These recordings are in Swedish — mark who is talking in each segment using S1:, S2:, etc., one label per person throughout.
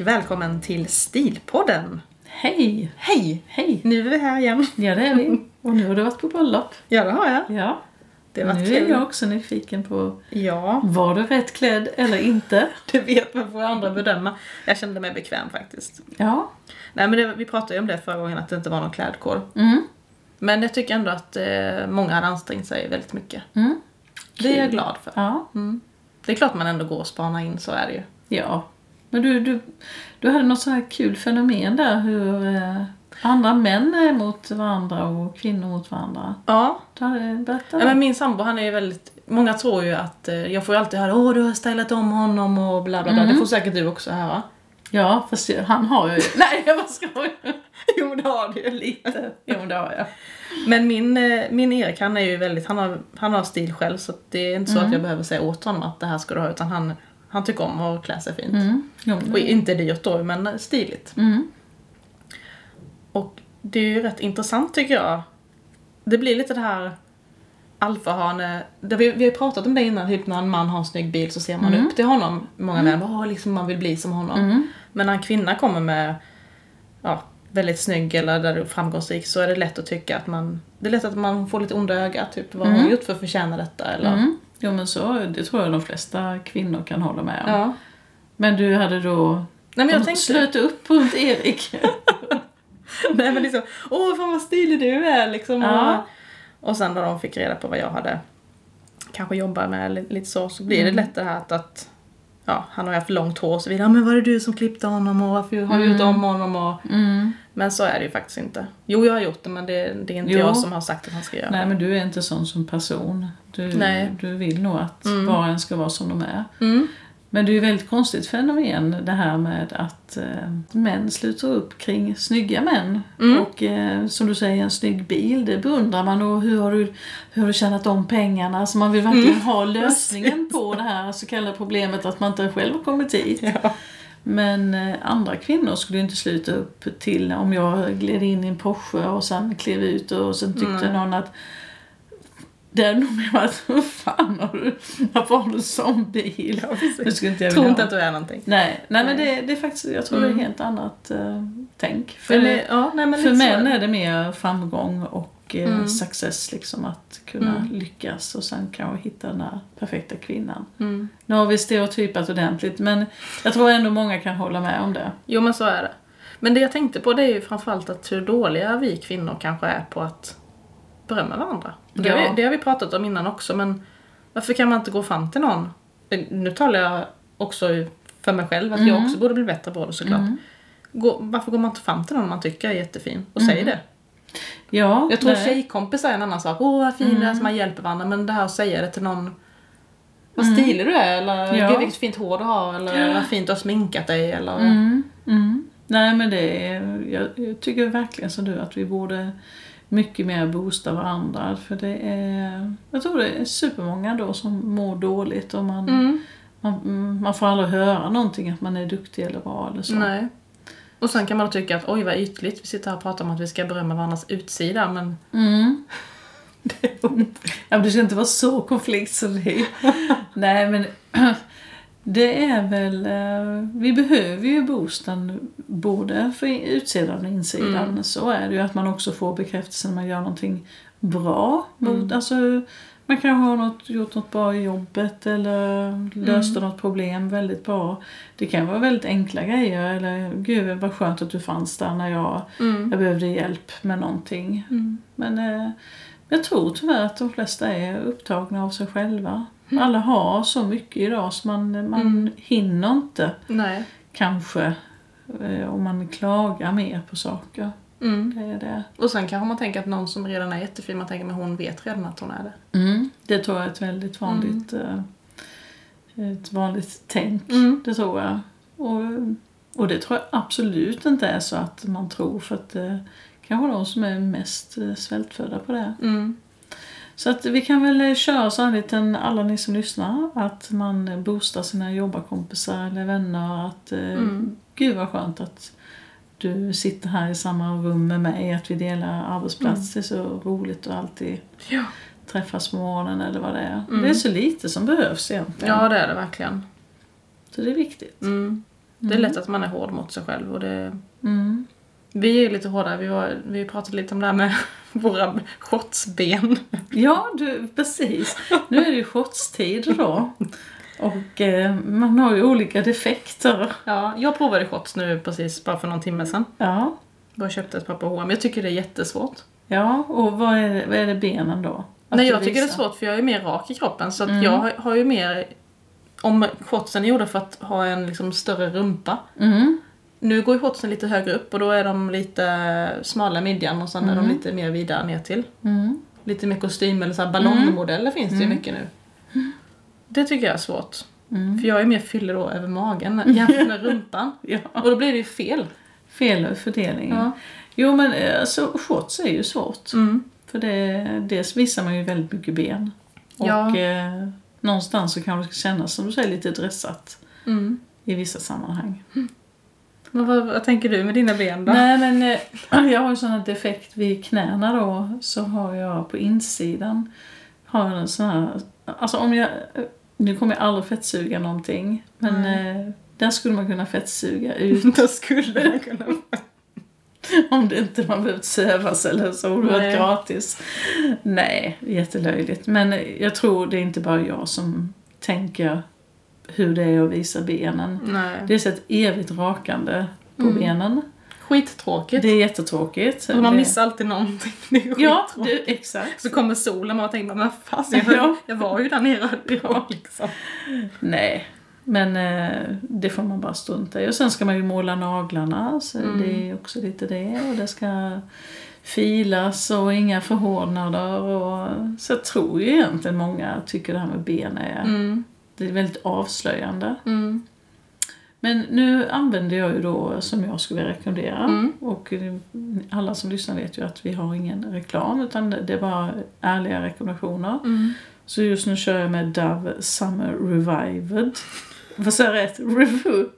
S1: välkommen till Stilpodden!
S2: Hej!
S1: Hej!
S2: Hej!
S1: Nu är vi här igen.
S2: Ja, det är vi. Och nu har du varit på bröllop.
S1: Ja, det har jag.
S2: Ja.
S1: Det var
S2: Nu
S1: kul.
S2: är jag också nyfiken på,
S1: Ja,
S2: var du rätt klädd eller inte?
S1: det vet man får andra bedöma. Jag kände mig bekväm faktiskt.
S2: Ja.
S1: Nej, men det, vi pratade ju om det förra gången, att det inte var någon klädkod.
S2: Mm.
S1: Men jag tycker ändå att eh, många hade ansträngt sig väldigt mycket.
S2: Mm.
S1: Det är jag glad för.
S2: Ja.
S1: Mm. Det är klart man ändå går och spanar in, så är det ju.
S2: Ja. Men du, du, du hade något så här kul fenomen där hur eh, andra män är mot varandra och kvinnor mot varandra.
S1: Ja,
S2: Du hade berättat
S1: Ja, men min sambo han är ju väldigt, många tror ju att, eh, jag får ju alltid höra åh du har stylat om honom och bla bla bla. Det får säkert du också höra.
S2: Ja, fast ju- han har ju... Nej, jag bara skojar.
S1: jo det har du lite.
S2: Jo, det har jag.
S1: Men min, eh, min Erik han är ju väldigt, han har, han har stil själv så att det är inte så att jag behöver säga åt honom att det här ska du ha utan han, han tycker om att klä sig fint.
S2: Mm. Jo, men-
S1: Och inte dyrt då men stiligt.
S2: mm.
S1: Och det är ju rätt intressant tycker jag. Det blir lite det här alfahane, det vi, vi har ju pratat om det innan, typ när en man har en snygg bil så ser man upp till honom. Många män bara, "Åh, liksom man vill bli som honom.
S2: Mm.
S1: Men när en kvinna kommer med ja, väldigt snygg eller där du är framgångsrik så är det lätt att tycka att man Det är lätt att man får lite onda ögat, typ vad har hon gjort för att förtjäna detta eller
S2: Mm. Jo, men så, det tror jag de flesta kvinnor kan hålla med om.
S1: ja.
S2: Men du hade då...
S1: Nej men jag
S2: de
S1: tänkte,
S2: slöt upp runt Erik.
S1: nej men liksom, åh fan vad stilig du är liksom.
S2: Ja.
S1: Och, och sen när de fick reda på vad jag hade kanske jobbat med eller lite så, så blir
S2: Mm.
S1: det lätt det här att, att ja, han har ju haft långt hår och så vidare, men var det du som klippte honom och varför har du gjort om honom och
S2: Mm.
S1: Men så är det ju faktiskt inte. Jo jag har gjort det men det, det är inte
S2: Jo.
S1: jag som har sagt att han ska göra
S2: Nej, men du är inte sån som person. Du,
S1: Nej.
S2: du vill nog att var och en ska vara som de är.
S1: det. Mm.
S2: Men det är ju ett väldigt konstigt fenomen det här med att eh, män sluter upp kring snygga män.
S1: Mm.
S2: Och eh, som du säger, en snygg bil, det beundrar man. Och hur har du, hur har du tjänat om pengarna? Alltså man vill verkligen
S1: Mm.
S2: ha lösningen på det här så kallade problemet att man inte själv har kommit dit.
S1: Ja.
S2: Men eh, andra kvinnor skulle ju inte sluta upp till om jag gled in i en Porsche och sen klev ut och sen tyckte någon att det är nog mer att "Vad fan har du, varför har du sån bil?
S1: Ja, precis.
S2: Det skulle inte jag
S1: Tror
S2: vilja
S1: inte
S2: ha.
S1: att du är någonting.
S2: Nej, nej men det, det är faktiskt, jag tror det är helt annat eh, tänk. För,
S1: Eller, ja, nej, men
S2: för
S1: lite så. Mm.
S2: män är det mer framgång och eh, success liksom att kunna lyckas och sen kanske hitta den där perfekta kvinnan.
S1: Mm.
S2: Nu har vi stereotypat ordentligt men jag tror ändå många kan hålla med om det.
S1: Jo men så är det. Men det jag tänkte på det är ju framförallt att hur dåliga vi kvinnor kanske är på att berömma varandra. Det, har
S2: Ja.
S1: vi, det har vi pratat om innan också men varför kan man inte gå fram till någon? Eh, Nu talar jag också för mig själv att
S2: Mhm.
S1: jag också borde bli bättre på det såklart. Gå, varför går man inte fram till någon man tycker är jättefin
S2: Mhm.
S1: och säger det?
S2: Ja,
S1: Jag tror
S2: nej.
S1: tjejkompisar är en annan sak. Åh vad fin du är, så man hjälper varandra. Men det här att säga det till någon. Vad stilig du är eller
S2: Ja.
S1: gud vilket fint hår du har eller vad fint du har sminkat dig eller.
S2: Mm, mm. Nej men det är, jag, jag tycker verkligen som du att vi borde mycket mer boosta varandra. För det är, jag tror det är supermånga då som mår dåligt och man,
S1: Mm.
S2: man, mm, man får aldrig höra någonting att man är duktig eller bra eller så.
S1: Nej. Och sen kan man tycka att oj vad ytligt, vi sitter här och pratar om att vi ska berömma varandras utsida men
S2: Mm. ja, men det ska inte vara så konflikt som det är. Nej, men det är väl... eh, Vi behöver ju boosten både för utsidan och insidan. Så är det ju att man också får bekräftelse när man gör någonting bra. Mot, alltså, man kanske har något, gjort något bra i jobbet eller löste något problem väldigt bra. Det kan vara väldigt enkla grejer. Eller gud vad skönt att du fanns där när jag, jag behövde hjälp med någonting. Men eh, jag tror tyvärr att de flesta är upptagna av sig själva. Alla har så mycket idag så man, man hinner inte
S1: nej.
S2: kanske eh, om man klagar mer på saker.
S1: Mm.
S2: Det är det.
S1: Och sen kanske man tänker att någon som redan är jättefin, man tänker men hon vet redan att hon är det.
S2: Det tror jag är ett väldigt vanligt, eh, ett vanligt tänk.
S1: Mm.
S2: Det tror jag. Och, och det tror jag absolut inte är så att man tror för att det kanske de som är mest eh, svältfödda på det.
S1: Mm.
S2: Så att vi kan väl eh, köra så här en liten, alla ni som lyssnar, att man eh, boostar sina jobbarkompisar eller vänner. Att eh,
S1: Mm.
S2: gud vad skönt att du sitter här i samma rum med mig, att vi delar arbetsplats. Det är så roligt att alltid
S1: Ja.
S2: träffas på morgonen eller vad det är. Det är så lite som behövs egentligen.
S1: ja, det är det verkligen.
S2: Så det är viktigt.
S1: Mm. Det är lätt att man är hård mot sig själv och det...
S2: Mm.
S1: Vi är lite hårda, vi, var, vi pratade lite om det här med våra shortsben.
S2: Ja, du, precis. Nu är det ju shortstider då. Och eh, man har ju olika defekter.
S1: Ja, jag provade shorts nu precis bara för någon timme sedan.
S2: Ja,
S1: Bara köpte ett par på H&M. Jag tycker det är jättesvårt.
S2: ja och vad är, det- vad är det benen då? Att
S1: Nej
S2: du
S1: jag tycker det är
S2: visar? Mm.
S1: svårt för jag är mer rak i kroppen så att jag har- har ju mer Om shortsen är gjorda för att ha en liksom större rumpa
S2: Mm.
S1: Nu går ju shortsen lite högre upp och då är de lite smala i midjan och sen är de lite mer vida ner till.
S2: Mm.
S1: Lite mer kostym eller så här ballongmodeller finns det ju mycket nu. Det tycker jag är svårt. För jag är mer fyllig då över magen jämfört med rumpan.
S2: mm. Ja.
S1: Och då blir det ju fel.
S2: Fel fördelning.
S1: Ja.
S2: Jo men eh, alltså shorts är ju svårt.
S1: Mm.
S2: För det, dels visar man ju väldigt mycket ben. Och
S1: Ja.
S2: eh, någonstans så kan det kännas som du säger lite dressat
S1: Mm.
S2: i vissa sammanhang.
S1: Men vad, vad tänker du med dina ben då?
S2: Nej men eh, jag har ju sån här defekt vid knäna då så har jag på insidan har jag en sån här, alltså om jag, eh, nu kommer jag aldrig fettsuga någonting men eh, där skulle man kunna fettsuga ut
S1: Då skulle jag kunna...
S2: om det inte man behövt sövas eller så har det
S1: Nej.
S2: varit gratis. Nej, jättelöjligt. Men eh, jag tror det är inte bara jag som tänker hur det är att visa benen.
S1: Nej.
S2: Det är så ett evigt rakande på benen.
S1: Skittråkigt.
S2: Det är jättetråkigt.
S1: Mm. Och man
S2: Det-
S1: missar alltid någonting. Det är
S2: Ja,
S1: skittråkigt.
S2: du, exakt.
S1: Så kommer solen och man tänker men fasen jag,
S2: Ja.
S1: jag var ju där nere då liksom.
S2: Nej, men eh, det får man bara strunta i. Och sen ska man ju måla naglarna, så det är också lite det. Och det ska filas och inga förhårdnader. Och, så jag tror ju egentligen många tycker det här med ben är,
S1: Mm,
S2: det är väldigt avslöjande.
S1: mm,
S2: Men nu använder jag ju då, som jag skulle rekommendera,
S1: Mm.
S2: och eh, alla som lyssnar vet ju att vi har ingen reklam utan det är bara ärliga rekommendationer.
S1: mm.
S2: Så just nu kör jag med Dove Summer Revived. Vad sa jag rätt? Revu-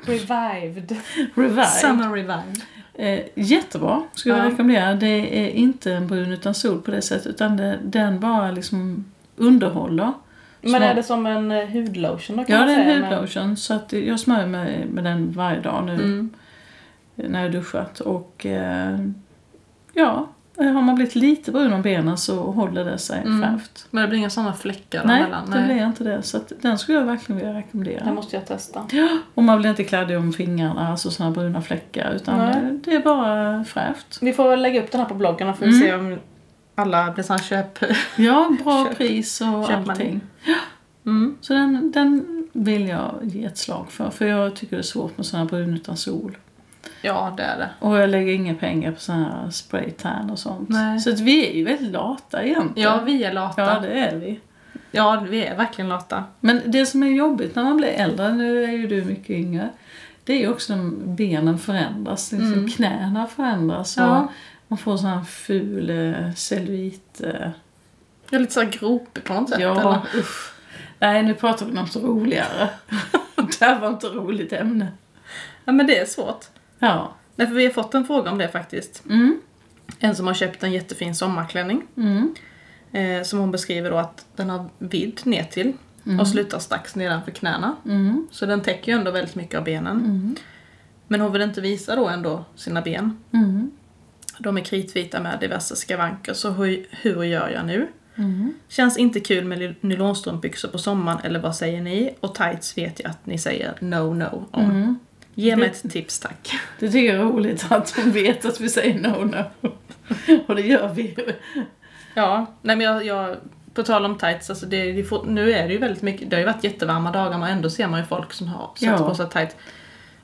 S1: Revived.
S2: Revived.
S1: Summer revived.
S2: Eh, jättebra, skulle
S1: Ja.
S2: jag rekommendera. Det är inte en brun utan sol på det sättet utan det, den bara liksom underhåller.
S1: Men är det som en eh, hudlotion då kan
S2: Ja,
S1: man
S2: det är
S1: säga?
S2: en
S1: men-
S2: hudlotion så att jag smörjer mig med den varje dag nu
S1: Mm.
S2: när jag duschat och eh, ja, har man blivit lite brun om benen så håller det sig
S1: Mm.
S2: färvt.
S1: Men det blir inga sådana fläckar
S2: Nej,
S1: emellan?
S2: det blir inte det. Så att den skulle jag verkligen vilja rekommendera.
S1: Det måste jag testa.
S2: Och man blir inte kladdig om fingrarna, alltså sådana bruna fläckar. Utan
S1: Nej.
S2: det är bara fräscht.
S1: Vi får väl lägga upp den här på bloggen och får vi
S2: Mm.
S1: se om alla blir sådana köp...
S2: Ja, bra
S1: Köp-
S2: pris och
S1: köp man
S2: allting.
S1: Mm.
S2: Så den, den vill jag ge ett slag för. För jag tycker det är svårt med sådana brun utan sol.
S1: Ja, det är det.
S2: Och jag lägger inga pengar på sådana här spraytan och sånt.
S1: Nej.
S2: Så att vi är ju väldigt lata egentligen.
S1: Ja, vi är lata.
S2: ja, det är vi.
S1: ja vi är verkligen lata.
S2: Men det som är jobbigt när man blir äldre, nu är ju du mycket yngre, det är ju också när benen förändras, liksom
S1: Mm.
S2: knäna förändras och
S1: Ja.
S2: man får sån här ful eh, cellulit. eh,
S1: Jag är lite såhär gropig på något sätt. eller?
S2: Ja, usch. Nej, nu pratar vi om något roligare. det här var inte ett roligt ämne.
S1: ja, men det är svårt.
S2: Ja.
S1: Nej, för vi har fått en fråga om det faktiskt.
S2: Mm.
S1: En som har köpt en jättefin sommarklänning.
S2: Mm.
S1: Eh, som hon beskriver då att den har vidd ner till och slutar strax nedanför knäna.
S2: Mm.
S1: Så den täcker ju ändå väldigt mycket av benen.
S2: Mm.
S1: Men hon vill inte visa då ändå sina ben.
S2: Mm.
S1: De är kritvita med diverse skavanker, så hur, hur gör jag nu?
S2: Mm.
S1: Känns inte kul med ny- nylonstrumpbyxor på sommaren, eller vad säger ni? Och tights vet jag att ni säger no, no om.
S2: Mm.
S1: Ge mig ett tips tack.
S2: Det tycker jag är roligt att hon vet att vi säger no, no. och det gör vi ju.
S1: Ja, nej men jag, jag på tal om tights, alltså det, det får, nu är det ju väldigt mycket, det har ju varit jättevarma dagar men ändå ser man ju folk som har satt
S2: Ja.
S1: på sig tights.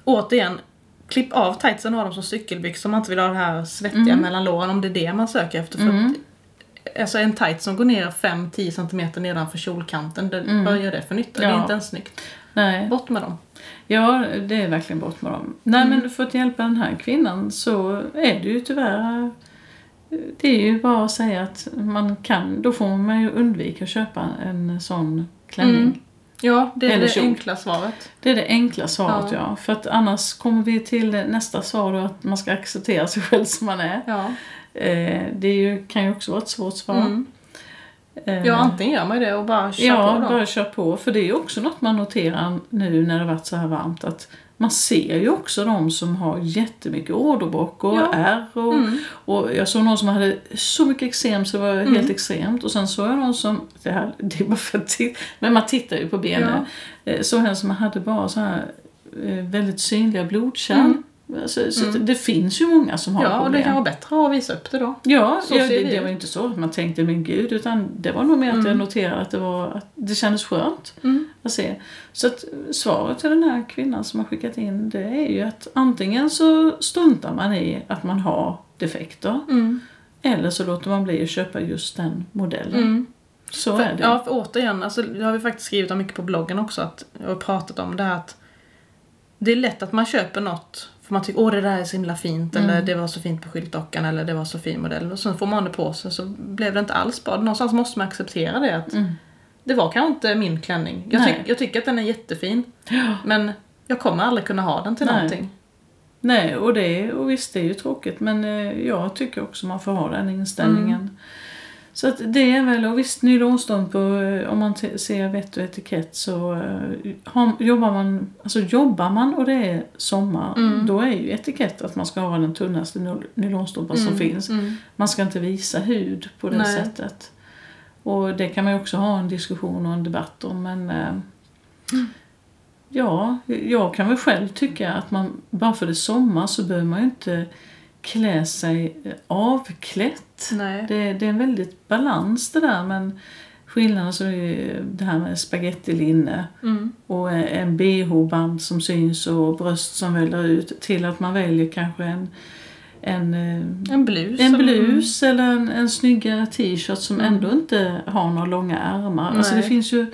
S1: Återigen, klipp av tightsen och ha dem som cykelbyxor om man inte vill ha det här svettiga
S2: Mm.
S1: mellan låren om det är det man söker efter. För att, alltså en tights som går ner 5-10 cm nedanför kjolkanten, det, vad gör det för nytta? Det är
S2: Mm. Ja.
S1: inte ens snyggt.
S2: Nej.
S1: Bort med dem.
S2: Ja, det är verkligen bort med dem. Nej
S1: Mm.
S2: men för att hjälpa den här kvinnan så är det ju tyvärr det är ju bara att säga att man kan, då får man ju undvika att köpa en sån klänning.
S1: Mm. Ja, det är
S2: Eller
S1: det
S2: kjol.
S1: enkla svaret.
S2: Det är det enkla svaret
S1: Ja.
S2: ja. För att annars kommer vi till nästa svar då att man ska acceptera sig själv som man är.
S1: Ja.
S2: Eh, det är ju, kan ju också vara ett svårt svar.
S1: Mm.
S2: Eh,
S1: ja, antingen gör man ju det och bara kör
S2: ja,
S1: på dem.
S2: bara kör på. För det är ju också något man noterar nu när det varit så här varmt att man ser ju också de som har jättemycket åderbråck och
S1: Ja.
S2: ärr. Och,
S1: Mm.
S2: och jag såg någon som hade så mycket eksem så det var helt extremt. Och sen såg jag någon som, det, här, det är bara för att titta, men man tittar ju på benen. Eh, Såg en som hade bara så här eh, väldigt synliga blodkärl. Alltså, så det, det finns ju många som har
S1: Mm. Ja, och det
S2: problem.
S1: kan vara bättre att visa upp det då.
S2: Ja,
S1: Så
S2: ja
S1: ser
S2: det,
S1: vi
S2: det
S1: ut.
S2: var ju inte så att man tänkte men gud utan det var nog mer att jag noterade att det, var, att det kändes skönt
S1: Mm.
S2: att se. Så att eh, svaret till den här kvinnan som har skickat in det är ju att antingen så struntar man i att man har defekter
S1: Mm.
S2: eller så låter man bli att köpa just den modellen. Så är det.
S1: Ja, Mm. för återigen, alltså, det har vi faktiskt skrivit om mycket på bloggen också, att, och pratat om det här att det är lätt att man köper något för man tycker åh det där är så himla fint
S2: Mm.
S1: eller det var så fint på skyltdockan eller det var så fin modell och sen får man det på sig så blev det inte alls bra. Någonstans måste man acceptera det att det var kanske inte min klänning. Jag,
S2: Mm. Nej.
S1: tyck- jag tycker att den är jättefin men jag kommer aldrig kunna ha den till
S2: Nej.
S1: någonting.
S2: Nej, och, det, och visst det är ju tråkigt men eh, jag tycker också man får ha den inställningen. Så att det är väl, och visst nylonstrumpor, eh, om man te- ser vett och etikett så eh, har, jobbar man alltså jobbar man och det är sommar, då är ju etikett att man ska ha den tunnaste nyl- nylonstrumpan som finns.
S1: Mm.
S2: Man ska inte visa hud på det
S1: Nej.
S2: sättet. Och det kan man ju också ha en diskussion och en debatt om men eh, Ja, jag kan väl själv tycka att man bara för det är sommar så behöver man ju inte klä sig eh, avklätt.
S1: Nej.
S2: Det, det är en väldigt balans det där men skillnaden så är ju det här med spagettilinne
S1: Mm.
S2: och eh, en bh-band som syns och bröst som väller ut till att man väljer kanske en, en eh,
S1: En blus.
S2: en
S1: som-
S2: blus eller en, en snyggare t-shirt som ändå inte har några långa ärmar. Alltså det
S1: Nej.
S2: finns ju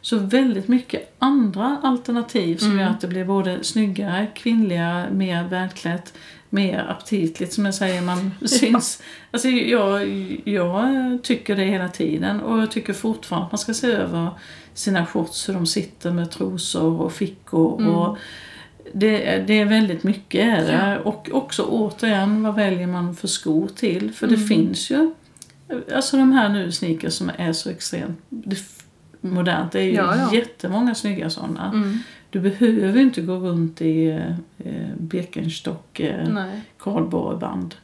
S2: så väldigt mycket andra alternativ som
S1: Mm.
S2: gör att det blir både snyggare, kvinnligare, mer välklätt, mer aptitligt som jag säger, man syns. Alltså jag, jag tycker det hela tiden och jag tycker fortfarande att man ska se över sina shorts, hur de sitter med trosor och fickor. Och
S1: Mm.
S2: det, är- det är väldigt mycket är det. Och också återigen, vad väljer man för skor till? För
S1: Mm.
S2: det finns ju, alltså de här nu sneakers som är så extremt det, f- modernt, det är ju
S1: Ja, ja.
S2: jättemånga snygga sådana.
S1: Mm.
S2: Du behöver ju inte gå runt i eh, Birkenstock eh,
S1: Nej.
S2: kardborreband.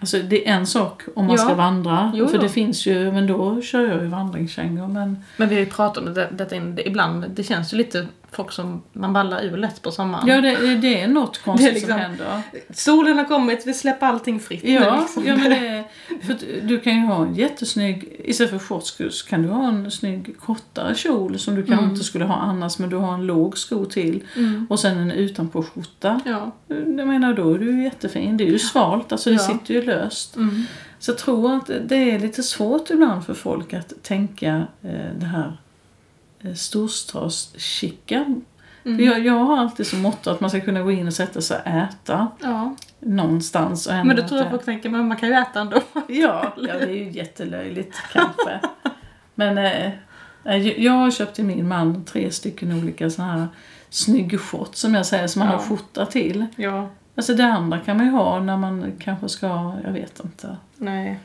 S2: Alltså det är en sak om man
S1: Ja.
S2: ska vandra,
S1: Jo,
S2: för
S1: jo.
S2: det finns ju, men då kör jag ju vandringskängor. Men
S1: Men vi har ju pratat om det, detta in, det, ibland, det känns ju lite folk som man ballar ur lätt på sommaren.
S2: ja, det, det är något konstigt
S1: liksom-
S2: som händer.
S1: Solen har kommit, vi släpper allting fritt nu
S2: Ja,
S1: liksom.
S2: ja men det, för att du kan ju ha en jättesnygg, istället för shorts så kan du ha en snygg kortare kjol som du kanske inte skulle ha annars men du har en låg sko till
S1: Mm.
S2: och sen en utanpåskjorta.
S1: Ja.
S2: Jag menar då är du ju jättefin, det är ju svalt, alltså det
S1: Ja.
S2: sitter ju löst.
S1: Mm.
S2: Så jag tror att det är lite svårt ibland för folk att tänka eh, det här eh, storstadschicken. För Jag, jag har alltid som motto att man ska kunna gå in och sätta sig och äta
S1: ja.
S2: någonstans. Och ändå
S1: Men då
S2: att
S1: tror jag
S2: det-
S1: folk tänker, men man kan ju äta ändå.
S2: Ja, ja det är ju jättelöjligt kanske. Men eh, eh, jag köpte min man tre stycken olika så här snygg shorts som jag säger som man
S1: Ja.
S2: har skjorta till.
S1: Ja.
S2: Alltså det andra kan man ju ha när man kanske ska, jag vet inte.
S1: Nej.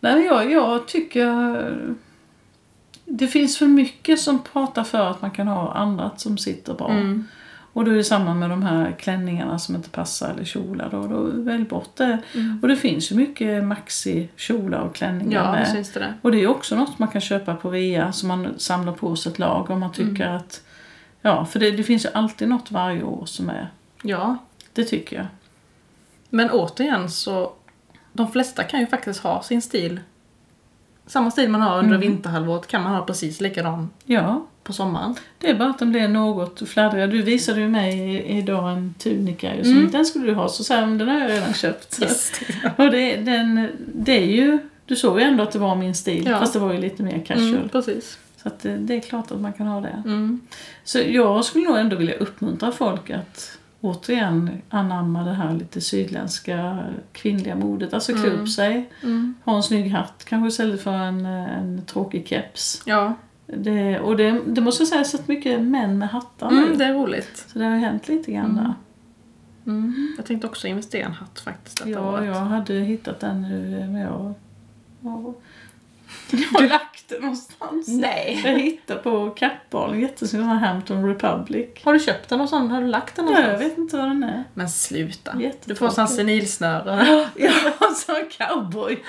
S2: Nej, men jag, jag tycker det finns för mycket som pratar för att man kan ha annat som sitter bra.
S1: Mm.
S2: Och då är det samma med de här klänningarna som inte passar eller kjolar. Då, då välj bort det. Och det finns ju mycket maxi-kjolar och klänningar
S1: Mm. Ja,
S2: med.
S1: precis det där.
S2: Och det är också något man kan köpa på rea som man samlar på sig ett lag
S1: Mm.
S2: om man tycker att... Ja, för det, det finns ju alltid något varje år som är...
S1: Ja.
S2: Det tycker jag.
S1: Men återigen så, de flesta kan ju faktiskt ha sin stil. Samma stil man har under vinterhalvåret kan man ha precis likadan
S2: Ja,
S1: på sommaren.
S2: det är bara att den blir något fladdrig. Du visade ju mig idag en tunika ju som
S1: Mm.
S2: den skulle du ha. Så sa jag, "Men den har jag redan köpt. Och det, den, det är ju... Du såg ju ändå att det var min stil.
S1: Ja.
S2: Fast det var ju lite mer casual.
S1: Mm, precis.
S2: Så att eh, det, det är klart att man kan ha det.
S1: Mm.
S2: Så jag skulle nog ändå vilja uppmuntra folk att återigen anamma det här lite sydländska kvinnliga modet. Alltså klä upp sig,
S1: Mm.
S2: ha en snygg hatt kanske istället för en, eh, en tråkig keps.
S1: Ja.
S2: Det, och det, det måste jag säga, jag har sett mycket män med hattar nu.
S1: Mm, det är roligt.
S2: Så det har hänt lite grann där.
S1: Mm. Jag tänkte också investera i en hatt faktiskt detta
S2: Ja,
S1: året.
S2: jag hade hittat den nu eh, men jag... ja.
S1: Jag har lagt det någonstans.
S2: Nej. Jag hittade på Kappahlen, jättesnygg sån här Hampton Republic.
S1: Har du köpt den och sån? Har du lagt den
S2: Ja,
S1: någonstans?
S2: jag vet inte vad den är.
S1: Men sluta.
S2: Jättetråkigt.
S1: Du får sån senilsnöre.
S2: Jag har en
S1: alltså,
S2: sån cowboy.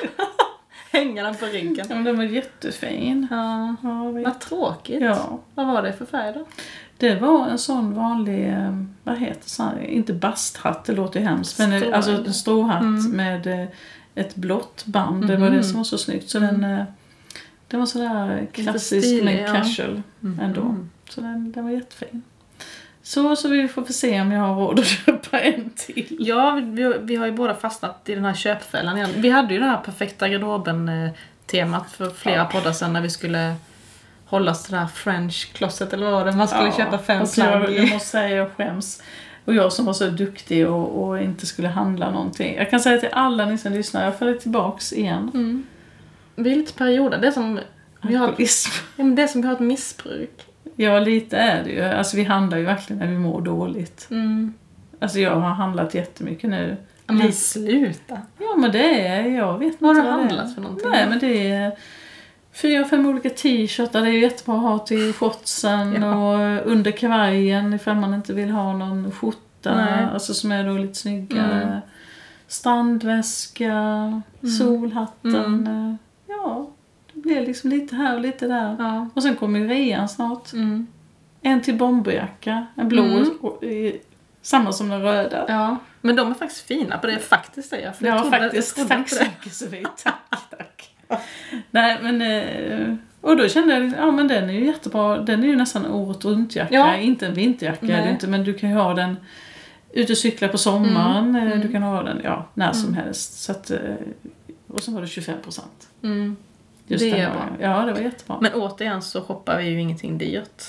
S1: Hänga den på ryggen.
S2: Ja, men den var jättefin.
S1: Ja,
S2: Ja, vad-
S1: vad tråkigt.
S2: ja,
S1: Vad var det för färg då?
S2: det var en sån vanlig, eh, vad heter sån, inte basthatt, det låter ju hemskt, men
S1: Stråhatt.
S2: eh, alltså en stråhatt
S1: Mm.
S2: med eh, ett blått band. Det var
S1: Mhm.
S2: det som var så snyggt. Så den, eh, den var sådär klassisk
S1: Mm. stilig,
S2: men
S1: ja. Mm-hmm.
S2: casual ändå. Så den, den var jättefin. Så, så vi får se om jag har råd att köpa en till.
S1: Ja, vi- vi, vi har ju båda fastnat i den här köpfällan igen. Vi hade ju det här perfekta garderoben-temat för flera
S2: Ja.
S1: poddar sedan när vi skulle hålla oss till det här French closet eller vad var det? Man skulle köpa fem
S2: alltså jag, jag
S1: slime.
S2: måste säga jag skäms. Och jag som var så duktig och, och inte skulle handla någonting. Jag kan säga till alla ni som lyssnar, jag faller tillbaks igen.
S1: Mm. Vi är lite perioder. Det är som vi har,
S2: Alkoholism.
S1: ja, men det är som vi har ett missbruk.
S2: Ja, lite är det ju. Alltså vi handlar ju verkligen när vi mår dåligt.
S1: Mm.
S2: Alltså jag har handlat jättemycket nu.
S1: Men
S2: Lite.
S1: sluta.
S2: Ja, men det är, jag vet inte
S1: Vad har
S2: det
S1: du
S2: är.
S1: handlat för någonting?
S2: Nej, men det är fyra, fem olika t-shirtar. Det är ju jättebra att ha till shortsen
S1: Ja.
S2: och under kavajen ifall man inte vill ha någon skjorta.
S1: Nej.
S2: Alltså som är då lite snyggare.
S1: Mm.
S2: Strandväska, solhatten. eh,
S1: Mm.
S2: Ja, det blir liksom lite här och lite där.
S1: Ja.
S2: Och sen kommer ju rean snart.
S1: Mm.
S2: En till bomberjacka, en blå,
S1: Mm.
S2: och, eh, samma som den röda.
S1: ja. Men de är faktiskt fina på det. är Faktiskt det. för
S2: Ja,
S1: jag trodde-
S2: faktiskt.
S1: jag trodde
S2: tack
S1: inte
S2: så
S1: det.
S2: mycket Sofie. Tack, tack. Nej, men... eh, Och då kände jag, ja men den är ju jättebra. Den är ju nästan året runt jacka.
S1: Ja.
S2: Inte en vinterjacka är
S1: Nej.
S2: det inte, men du kan ju ha den ute och cykla på sommaren. eh,
S1: mm.
S2: Du kan ha den ja, när som helst. Så att, eh, och så var det 25 procent.
S1: Mm. Det är bra.
S2: Ja, det var jättebra.
S1: Men återigen så shoppar vi ju ingenting dyrt.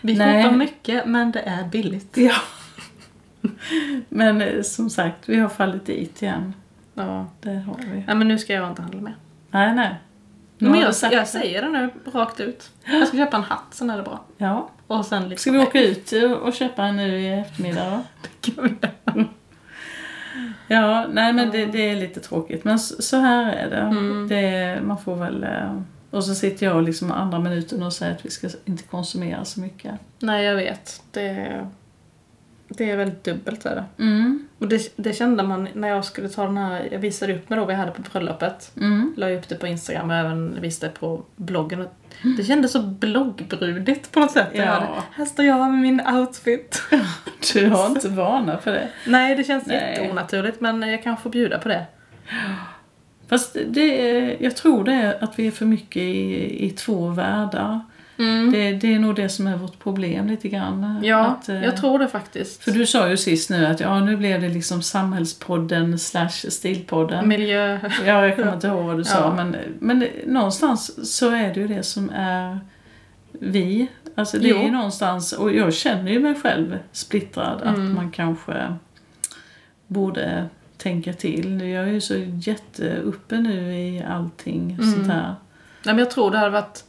S1: Vi
S2: Nej.
S1: shoppar mycket men det är billigt.
S2: ja. men eh, som sagt, vi har fallit dit igen.
S1: Ja.
S2: Det har vi.
S1: Nej men nu ska jag inte handla mer.
S2: Nej, nej.
S1: Men
S2: Nu har vi
S1: jag,
S2: sagt
S1: jag
S2: det.
S1: säger det nu rakt ut. Jag ska köpa en hatt, sen är det bra.
S2: Ja.
S1: Och sen lite
S2: Ska vi åka ut och köpa nu i eftermiddag då? Ja, nej men det, det är lite tråkigt. Men så, så här är det.
S1: Mm.
S2: det. Man får väl... eh, Och så sitter jag liksom andra minuten och säger att vi ska inte konsumera så mycket.
S1: Nej jag vet. Det, det är väldigt dubbelt är det.
S2: Mm.
S1: Och det, det kände man när jag skulle ta den här, jag visade upp mig då vi hade på bröllopet.
S2: Mm.
S1: La upp det på Instagram och även visade på bloggen. Och Det kändes så bloggbrudigt på något sätt. det
S2: Mm. Ja.
S1: här. Här står jag med min outfit.
S2: Du har inte vana för det.
S1: Nej, det känns
S2: Nej.
S1: jätteonaturligt men jag kan få bjuda på det.
S2: Fast det, är- jag tror det är att vi är för mycket i, i två världar. Det, det är nog det som är vårt problem lite grann.
S1: Ja,
S2: Mm. att, eh,
S1: jag tror det faktiskt.
S2: För du sa ju sist nu att ja, nu blev det liksom samhällspodden slash stilpodden.
S1: Miljö...
S2: Ja, jag kommer inte ihåg vad du sa.
S1: Ja.
S2: Men, men det- någonstans så är det ju det som är vi. Alltså det
S1: Jo.
S2: är ju någonstans, och jag känner ju mig själv splittrad,
S1: Mm.
S2: att man kanske borde tänka till. Jag är ju så jätteuppe nu i allting
S1: Mm.
S2: sånt här.
S1: Nej, men jag tror det hade varit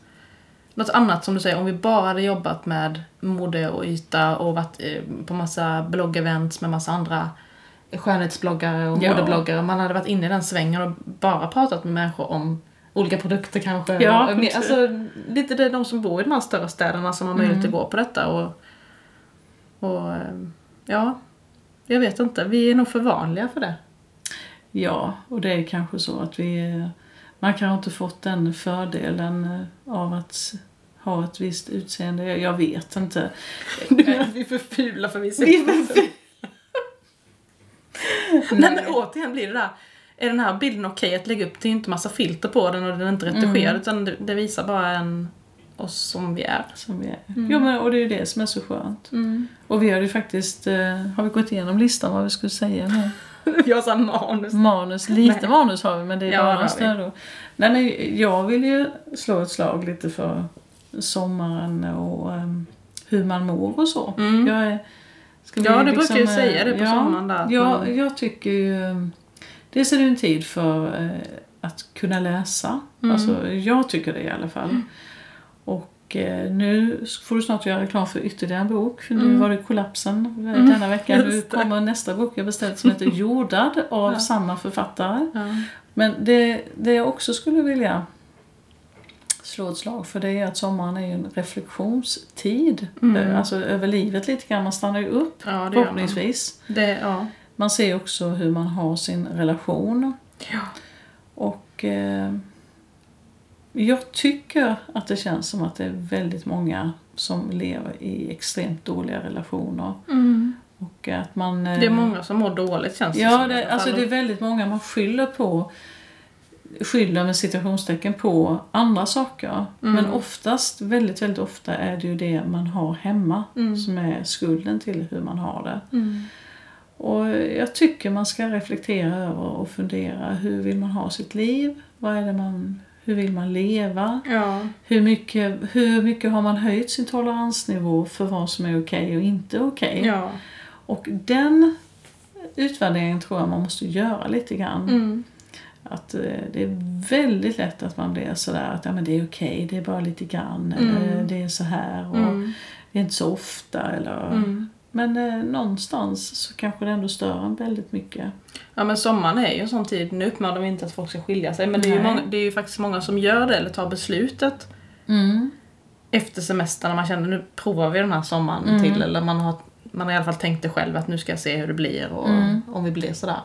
S1: något annat som du säger, om vi bara hade jobbat med mode och yta och varit eh, på massa bloggevents med massa andra skönhetsbloggare och
S2: Ja.
S1: modebloggare. Man hade varit inne i den svängen och bara pratat med människor om olika produkter kanske.
S2: Ja,
S1: och,
S2: precis.
S1: alltså, lite det är de som bor i de här större städerna som har möjlighet att gå på detta. Och, och eh, ja, jag vet inte. Vi är nog för vanliga för det.
S2: Ja, och det är kanske så att vi... Man kanske inte fått den fördelen av att ha ett visst utseende. Jag- Jag vet inte.
S1: Du menar att vi är för fula för vi ser
S2: Vi är för
S1: fula. Nej
S2: Nej.
S1: men återigen blir det där. Är den här bilden okej att lägga upp? Det är ju inte massa filter på den och den är inte
S2: Mm.
S1: retuscherad utan det- det visar bara en oss som vi är.
S2: Som vi är.
S1: Mm.
S2: Jo, men, och det är ju det som är så skönt. Och vi har ju faktiskt, eh, har vi gått igenom listan vad vi skulle säga nu?
S1: Vi har såhär manus.
S2: Manus, lite
S1: Nej.
S2: manus har vi men det är
S1: Ja, det har
S2: bara
S1: vi.
S2: snö Nej men jag vill ju slå ett slag lite för sommaren och ehm, hur man mår och så.
S1: Mm.
S2: Jag är, ska
S1: Ja, du brukar ju
S2: eh,
S1: säga det på
S2: ja,
S1: sommaren där, att
S2: Ja,
S1: man-
S2: jag tycker ju... eh, Dels är det ju en tid för eh, att kunna läsa.
S1: Mm.
S2: Alltså, jag tycker det i alla fall. Och eh, nu får du snart göra reklam för ytterligare en bok. För nu var det kollapsen eh, denna vecka. Nu
S1: Mm. just det.
S2: kommer nästa bok jag beställt som heter Jordad av samma författare.
S1: Ja.
S2: Men det, det jag också skulle vilja slå ett slag för det är att sommaren är ju en reflektionstid.
S1: Mm.
S2: Eh, Alltså över livet lite grann. Man stannar ju upp
S1: Ja, det gör man.
S2: förhoppningsvis.
S1: Det, ja.
S2: Man ser också hur man har sin relation.
S1: ja.
S2: Och eh, jag tycker att det känns som att det är väldigt många som lever i extremt dåliga relationer. Och att man... eh,
S1: Mm. Det är många som mår dåligt känns det
S2: Ja,
S1: som i alla
S2: det,
S1: fall.
S2: alltså det är väldigt många man skyller på skyller med citationstecken på andra saker.
S1: Mm.
S2: Men oftast, väldigt, väldigt ofta är det ju det man har hemma
S1: Mm.
S2: som är skulden till hur man har det.
S1: Mm.
S2: Och jag tycker man ska reflektera över och fundera hur vill man ha sitt liv? Vad är det man, hur vill man leva?
S1: Ja.
S2: Hur mycket, hur mycket har man höjt sin toleransnivå för vad som är okej och inte okej?
S1: Ja.
S2: Och den utvärderingen tror jag man måste göra lite grann.
S1: Mm.
S2: Att eh, det är väldigt lätt att man blir sådär att ja, men det är okej, det är bara lite grann,
S1: Mm.
S2: eller det är så här och
S1: Mm.
S2: det är inte så ofta. Eller...
S1: Mm.
S2: Men eh, någonstans så kanske det ändå stör en väldigt mycket.
S1: Ja men sommaren är ju en sån tid, nu uppmanar vi inte att folk ska skilja sig men det är, ju
S2: Nej.
S1: många, det är ju faktiskt många som gör det eller tar beslutet
S2: Mm.
S1: efter semestern när man känner nu provar vi den här sommaren
S2: Mm.
S1: till eller man har, man har i alla fall tänkt det själv att nu ska jag se hur det blir och
S2: Mm.
S1: om vi blir sådär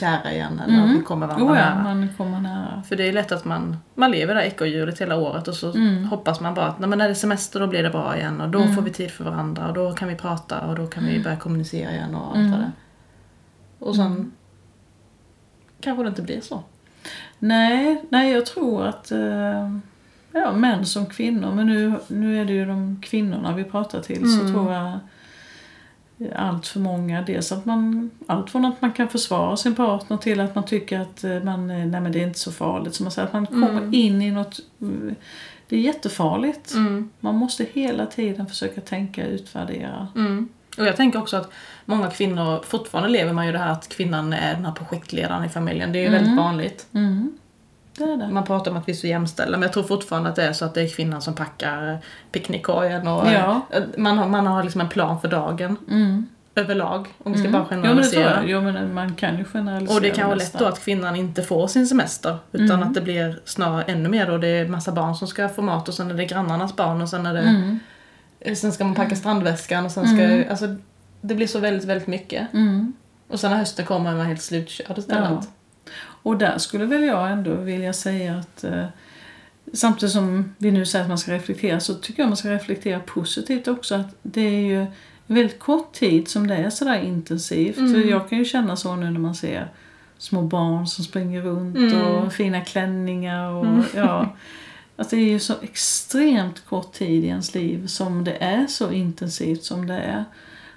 S1: kära igen eller
S2: Mm.
S1: om vi kommer varandra
S2: Oh, ja,
S1: nära.
S2: man kommer nära.
S1: För det är lätt att man, man lever det här ekorrhjulet hela året och så
S2: Mm.
S1: hoppas man bara att "Nej, men när det är semester då blir det bra igen och då
S2: Mm.
S1: får vi tid för varandra och då kan vi prata och då kan vi börja kommunicera igen och allt
S2: Mm.
S1: vad det är. Och sen
S2: Mm.
S1: kanske det inte blir så.
S2: Nej, nej, jag tror att eh, ja, män som kvinnor, men nu, nu är det ju de kvinnorna vi pratar till, så
S1: Mm.
S2: tror jag allt för många, dels att man, allt från att man kan försvara sin partner till att man tycker att eh, man, eh, nej men det är inte så farligt, som man säger, att man kommer
S1: Mm.
S2: in i något, mm, det är jättefarligt. Man måste hela tiden försöka tänka, utvärdera.
S1: Mm. Och jag tänker också att många kvinnor, fortfarande lever man ju det här att kvinnan är den här projektledaren i familjen. Det är ju
S2: Mm.
S1: väldigt vanligt.
S2: Mm. Det är det.
S1: Man pratar om att vi är så jämställda men jag tror fortfarande att det är så att det är kvinnan som packar picknickkorgen och eh,
S2: Ja.
S1: man, har, man har liksom en plan för dagen
S2: Mm.
S1: överlag. Om vi ska
S2: Mm.
S1: bara
S2: ja, men det tror
S1: generalisera.
S2: jag. Jo, men man kan ju generalisera
S1: och det kan vara lätt
S2: nästan.
S1: då att kvinnan inte får sin semester utan
S2: Mm.
S1: att det blir snarare ännu mer då det är massa barn som ska få mat och sen är det grannarnas barn och sen är det
S2: Mm.
S1: Sen ska man packa strandväskan och sen ska
S2: Mm.
S1: alltså, det blir så väldigt, väldigt mycket.
S2: Mm.
S1: Och sen när hösten kommer är man helt slutkörd
S2: Ja.
S1: istället.
S2: Och där skulle väl jag ändå vilja säga att eh, samtidigt som vi nu säger att man ska reflektera så tycker jag man ska reflektera positivt också. att Det är ju en väldigt kort tid som det är sådär intensivt.
S1: Mm.
S2: För jag kan ju känna så nu när man ser små barn som springer runt
S1: Mm.
S2: och fina klänningar. Och,
S1: Mm.
S2: ja, att det är ju så extremt kort tid i ens liv som det är så intensivt som det är.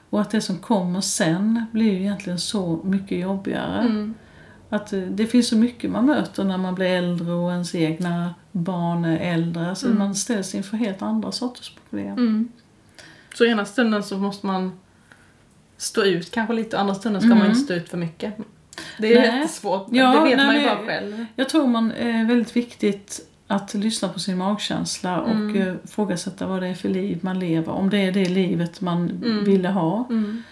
S2: Och att det som kommer sen blir ju egentligen så mycket jobbigare.
S1: Mm.
S2: Att eh, det finns så mycket man möter när man blir äldre och ens egna barn är äldre. Alltså
S1: Mm.
S2: Man ställs inför helt andra sorters problem.
S1: Mm. Så ena stunden så måste man stå ut kanske lite och andra stunden ska man
S2: Mm.
S1: inte stå ut för mycket. Det är
S2: Nej.
S1: jättesvårt.
S2: Ja,
S1: det vet
S2: nej,
S1: man ju
S2: men-
S1: bara själv.
S2: Jag tror man är väldigt viktigt att lyssna på sin magkänsla och
S1: Mm.
S2: mm. ifrågasätta vad det är för liv man lever. Om det är det livet man
S1: Mm.
S2: ville ha.
S1: Mm.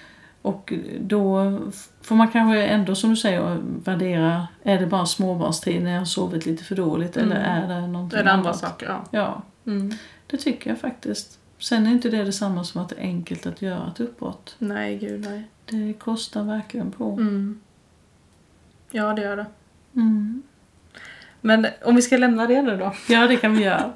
S2: Och eh, då får man kanske ändå som du säger värdera, är det bara småbarnstid när jag har sovit lite för dåligt
S1: Mm.
S2: eller är det någonting
S1: Då är det andra
S2: annat?
S1: saker, ja.
S2: Ja,
S1: Mm.
S2: det tycker jag faktiskt. Sen är inte det detsamma som att det är enkelt att göra ett uppbrott.
S1: Nej, gud nej.
S2: Det kostar verkligen på.
S1: Mm. Ja, det gör det.
S2: Mm.
S1: Men om vi ska lämna det nu då.
S2: Ja, det kan vi göra.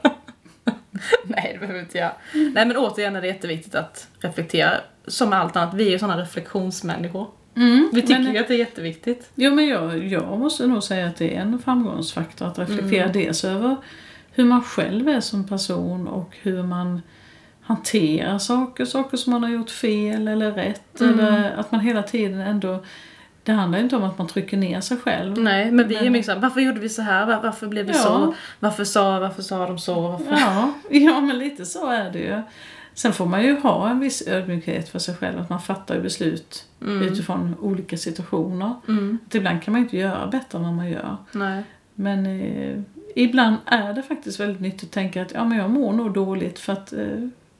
S1: Nej, det behöver inte jag. Nej, men återigen är det jätteviktigt att reflektera. Som med allt annat, vi är ju sådana reflektionsmänniskor.
S2: Mm,
S1: Vi tycker
S2: men,
S1: ju att det är jätteviktigt.
S2: Jo, men jag, jag måste nog säga att det är en framgångsfaktor att reflektera
S1: Mm.
S2: dels över hur man själv är som person och hur man hanterar saker, saker som man har gjort fel eller rätt.
S1: Mm.
S2: Eller att man hela tiden ändå... Det handlar ju inte om att man trycker ner sig själv.
S1: Nej, men vi är
S2: Men-
S1: mycket såhär, varför gjorde vi så här? Var- Varför blev det
S2: Ja.
S1: så? Varför sa, varför sa de så? Varför?
S2: Ja, ja, men lite så är det ju. Sen får man ju ha en viss ödmjukhet för sig själv, att man fattar ju beslut
S1: Mm.
S2: utifrån olika situationer.
S1: Mm,
S2: Att Ibland kan man inte göra bättre än vad man gör.
S1: nej.
S2: Men eh, ibland är det faktiskt väldigt nyttigt att tänka att ja, men jag mår nog dåligt för att eh,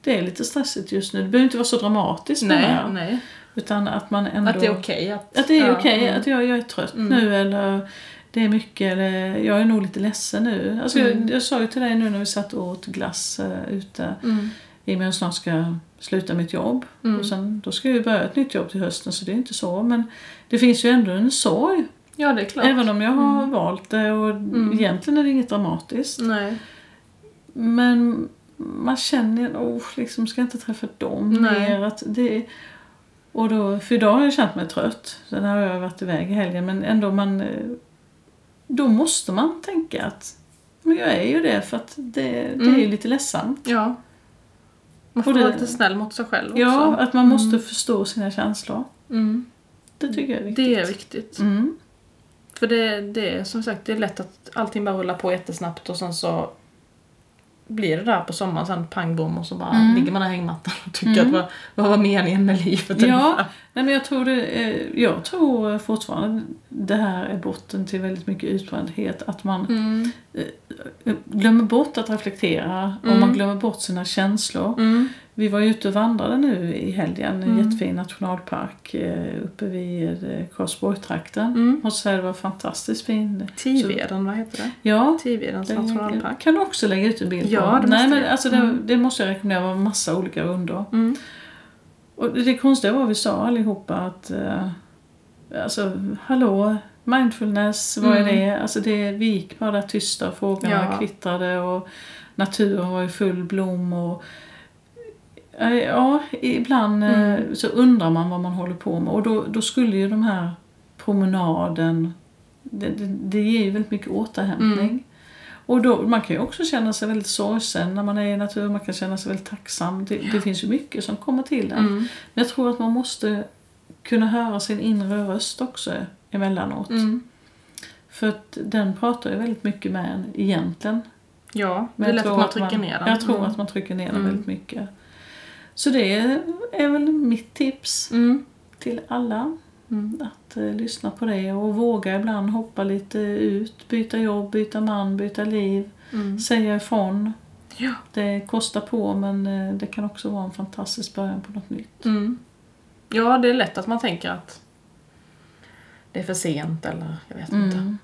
S2: det är lite stressigt just nu. Det behöver inte vara så dramatiskt med det
S1: Nej,
S2: här.
S1: nej.
S2: Utan att man ändå...
S1: Att det är okej att...
S2: Att det är
S1: Ja,
S2: okej
S1: mm.
S2: att jag, jag är trött
S1: Mm.
S2: nu eller Det är mycket, eller jag är nog lite ledsen nu. Alltså, jag, jag sa ju till dig nu när vi satt och åt glass uh, ute,
S1: Mm.
S2: i och med att jag snart ska sluta mitt jobb.
S1: Mm.
S2: Och sen, då ska jag ju börja ett nytt jobb till hösten så det är inte så. Men det finns ju ändå en sorg.
S1: Ja, det är klart.
S2: Även om jag har valt det och egentligen är det inget dramatiskt.
S1: Nej.
S2: Men man känner, oh, liksom ska jag inte träffa dem
S1: Nej.
S2: mer. Att det, och då, för idag har jag känt mig trött. Sen har jag varit iväg i helgen men ändå man... eh, Då måste man tänka att men jag är ju det för att det, det är ju lite ledsamt.
S1: Ja. Man får
S2: Och det-
S1: vara lite snäll mot sig själv också.
S2: Ja, att man måste förstå sina känslor.
S1: Mm.
S2: Det tycker jag är viktigt.
S1: Det är viktigt.
S2: Mm.
S1: För det, det är som sagt, det är lätt att allting bara rullar på jättesnabbt och sen så blir det där på sommaren sen pang bom och så bara ligger man där i hängmattan och tycker att vad, vad var meningen med livet
S2: Ja, nej men jag tror, det, eh, jag tror fortfarande det här är botten till väldigt mycket utbrändhet. Att man
S1: Mm.
S2: eh, glömmer bort att reflektera och man glömmer bort sina känslor.
S1: Mm.
S2: Vi var ju ute och vandrade nu i helgen i en jättefin nationalpark eh, uppe vid eh, Karlsborgstrakten.
S1: Mm.
S2: Och så det var fantastiskt fin.
S1: Tiveden, vad heter det?
S2: Ja,
S1: Tivedens
S2: det
S1: nationalpark.
S2: kan du också lägga ut en bild
S1: Ja, det
S2: på.
S1: måste
S2: Nej,
S1: jag
S2: men
S1: göra.
S2: alltså, det, det måste jag rekommendera. Det var massa olika rundor.
S1: Mm.
S2: Och det konstiga var vi sa allihopa att eh, alltså, hallå, mindfulness, vad är det? Alltså det, vi gick bara där tysta och fåglarna
S1: Mm. Ja.
S2: kvittrade och naturen var i full blom och eh, Ja, ibland eh,
S1: Mm.
S2: så undrar man vad man håller på med och då, då skulle ju de här promenaden, det, det, det ger ju väldigt mycket återhämtning.
S1: Mm.
S2: Och då, man kan ju också känna sig väldigt sorgsen när man är i naturen, man kan känna sig väldigt tacksam. Det, det finns ju mycket som kommer till en.
S1: Mm.
S2: Men jag tror att man måste kunna höra sin inre röst också emellanåt.
S1: Mm.
S2: För att den pratar ju väldigt mycket med en egentligen.
S1: Ja,
S2: Men
S1: det är lätt
S2: jag tror
S1: att man trycker ner den.
S2: Jag tror
S1: Mm.
S2: att man trycker ner den
S1: Mm.
S2: väldigt mycket. Så det är, är väl mitt tips
S1: Mm.
S2: till alla.
S1: Mm.
S2: Att eh, lyssna på det och våga ibland hoppa lite ut, byta jobb, byta man, byta liv,
S1: Mm.
S2: säga ifrån.
S1: Ja.
S2: Det kostar på men eh, det kan också vara en fantastisk början på något nytt.
S1: Mm. Ja, det är lätt att man tänker att det är för sent eller jag vet inte. Det
S2: Mm.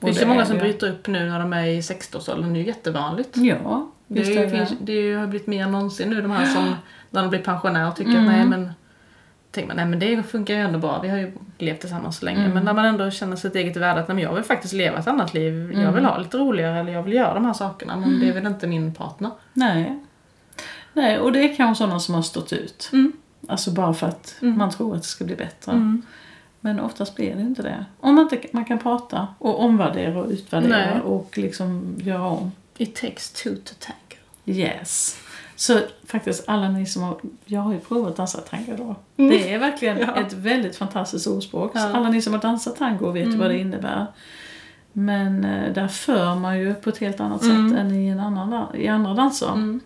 S2: Och
S1: finns ju många
S2: är
S1: som
S2: det.
S1: bryter upp nu när de är i 60-årsåldern, det är ju jättevanligt.
S2: Ja,
S1: Det,
S2: visst
S1: är ju,
S2: det.
S1: finns, det är ju, har blivit mer än någonsin nu de här som när de blir pensionärer tycker att
S2: Mm.
S1: nej men tänker man, nej men det funkar ju ändå bra, vi har ju levt tillsammans så länge.
S2: Mm.
S1: Men när man ändå känner sitt eget värde att nej, men jag vill faktiskt leva ett annat liv,
S2: Mm.
S1: jag vill ha lite roligare eller jag vill göra de här sakerna men det är väl inte min partner.
S2: Nej. Nej, och det är kanske sådana som har stått ut.
S1: Mm.
S2: Alltså bara för att man tror att det ska bli bättre.
S1: Mm.
S2: Men oftast blir det inte det. Om man, inte, man kan prata och omvärdera och utvärdera
S1: Nej.
S2: och liksom göra om.
S1: It takes two to tango.
S2: Yes. Så faktiskt alla ni som har... Jag har ju provat dansa tango då. Det är verkligen
S1: Mm. Ja.
S2: ett väldigt fantastiskt ordspråk. Så
S1: Ja. Mm.
S2: Alla ni som har dansat tango vet ju vad det innebär. Men eh, där för man ju på ett helt annat
S1: Mm.
S2: sätt än i, en annan, da- i andra danser.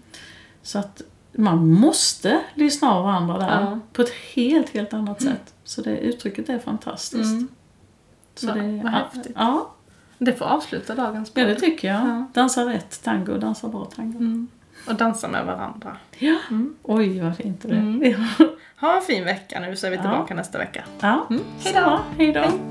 S2: Så att man måste lyssna av varandra där
S1: Ja. Mm.
S2: på ett helt, helt annat sätt. Så det uttrycket är fantastiskt. Så
S1: Va-
S2: det,
S1: vad häftigt.
S2: Ja,
S1: Mm. Det får avsluta dagens
S2: ja,
S1: podd.
S2: det tycker jag.
S1: Ja.
S2: Dansa rätt tango, dansa bra tango.
S1: Mm. Och dansa med varandra.
S2: Ja. Oj, vad fint det blev.
S1: Ha en fin vecka nu så är vi
S2: Ja.
S1: tillbaka nästa vecka.
S2: Ja.
S1: Mm.
S2: Så, Hej då.
S1: Hej.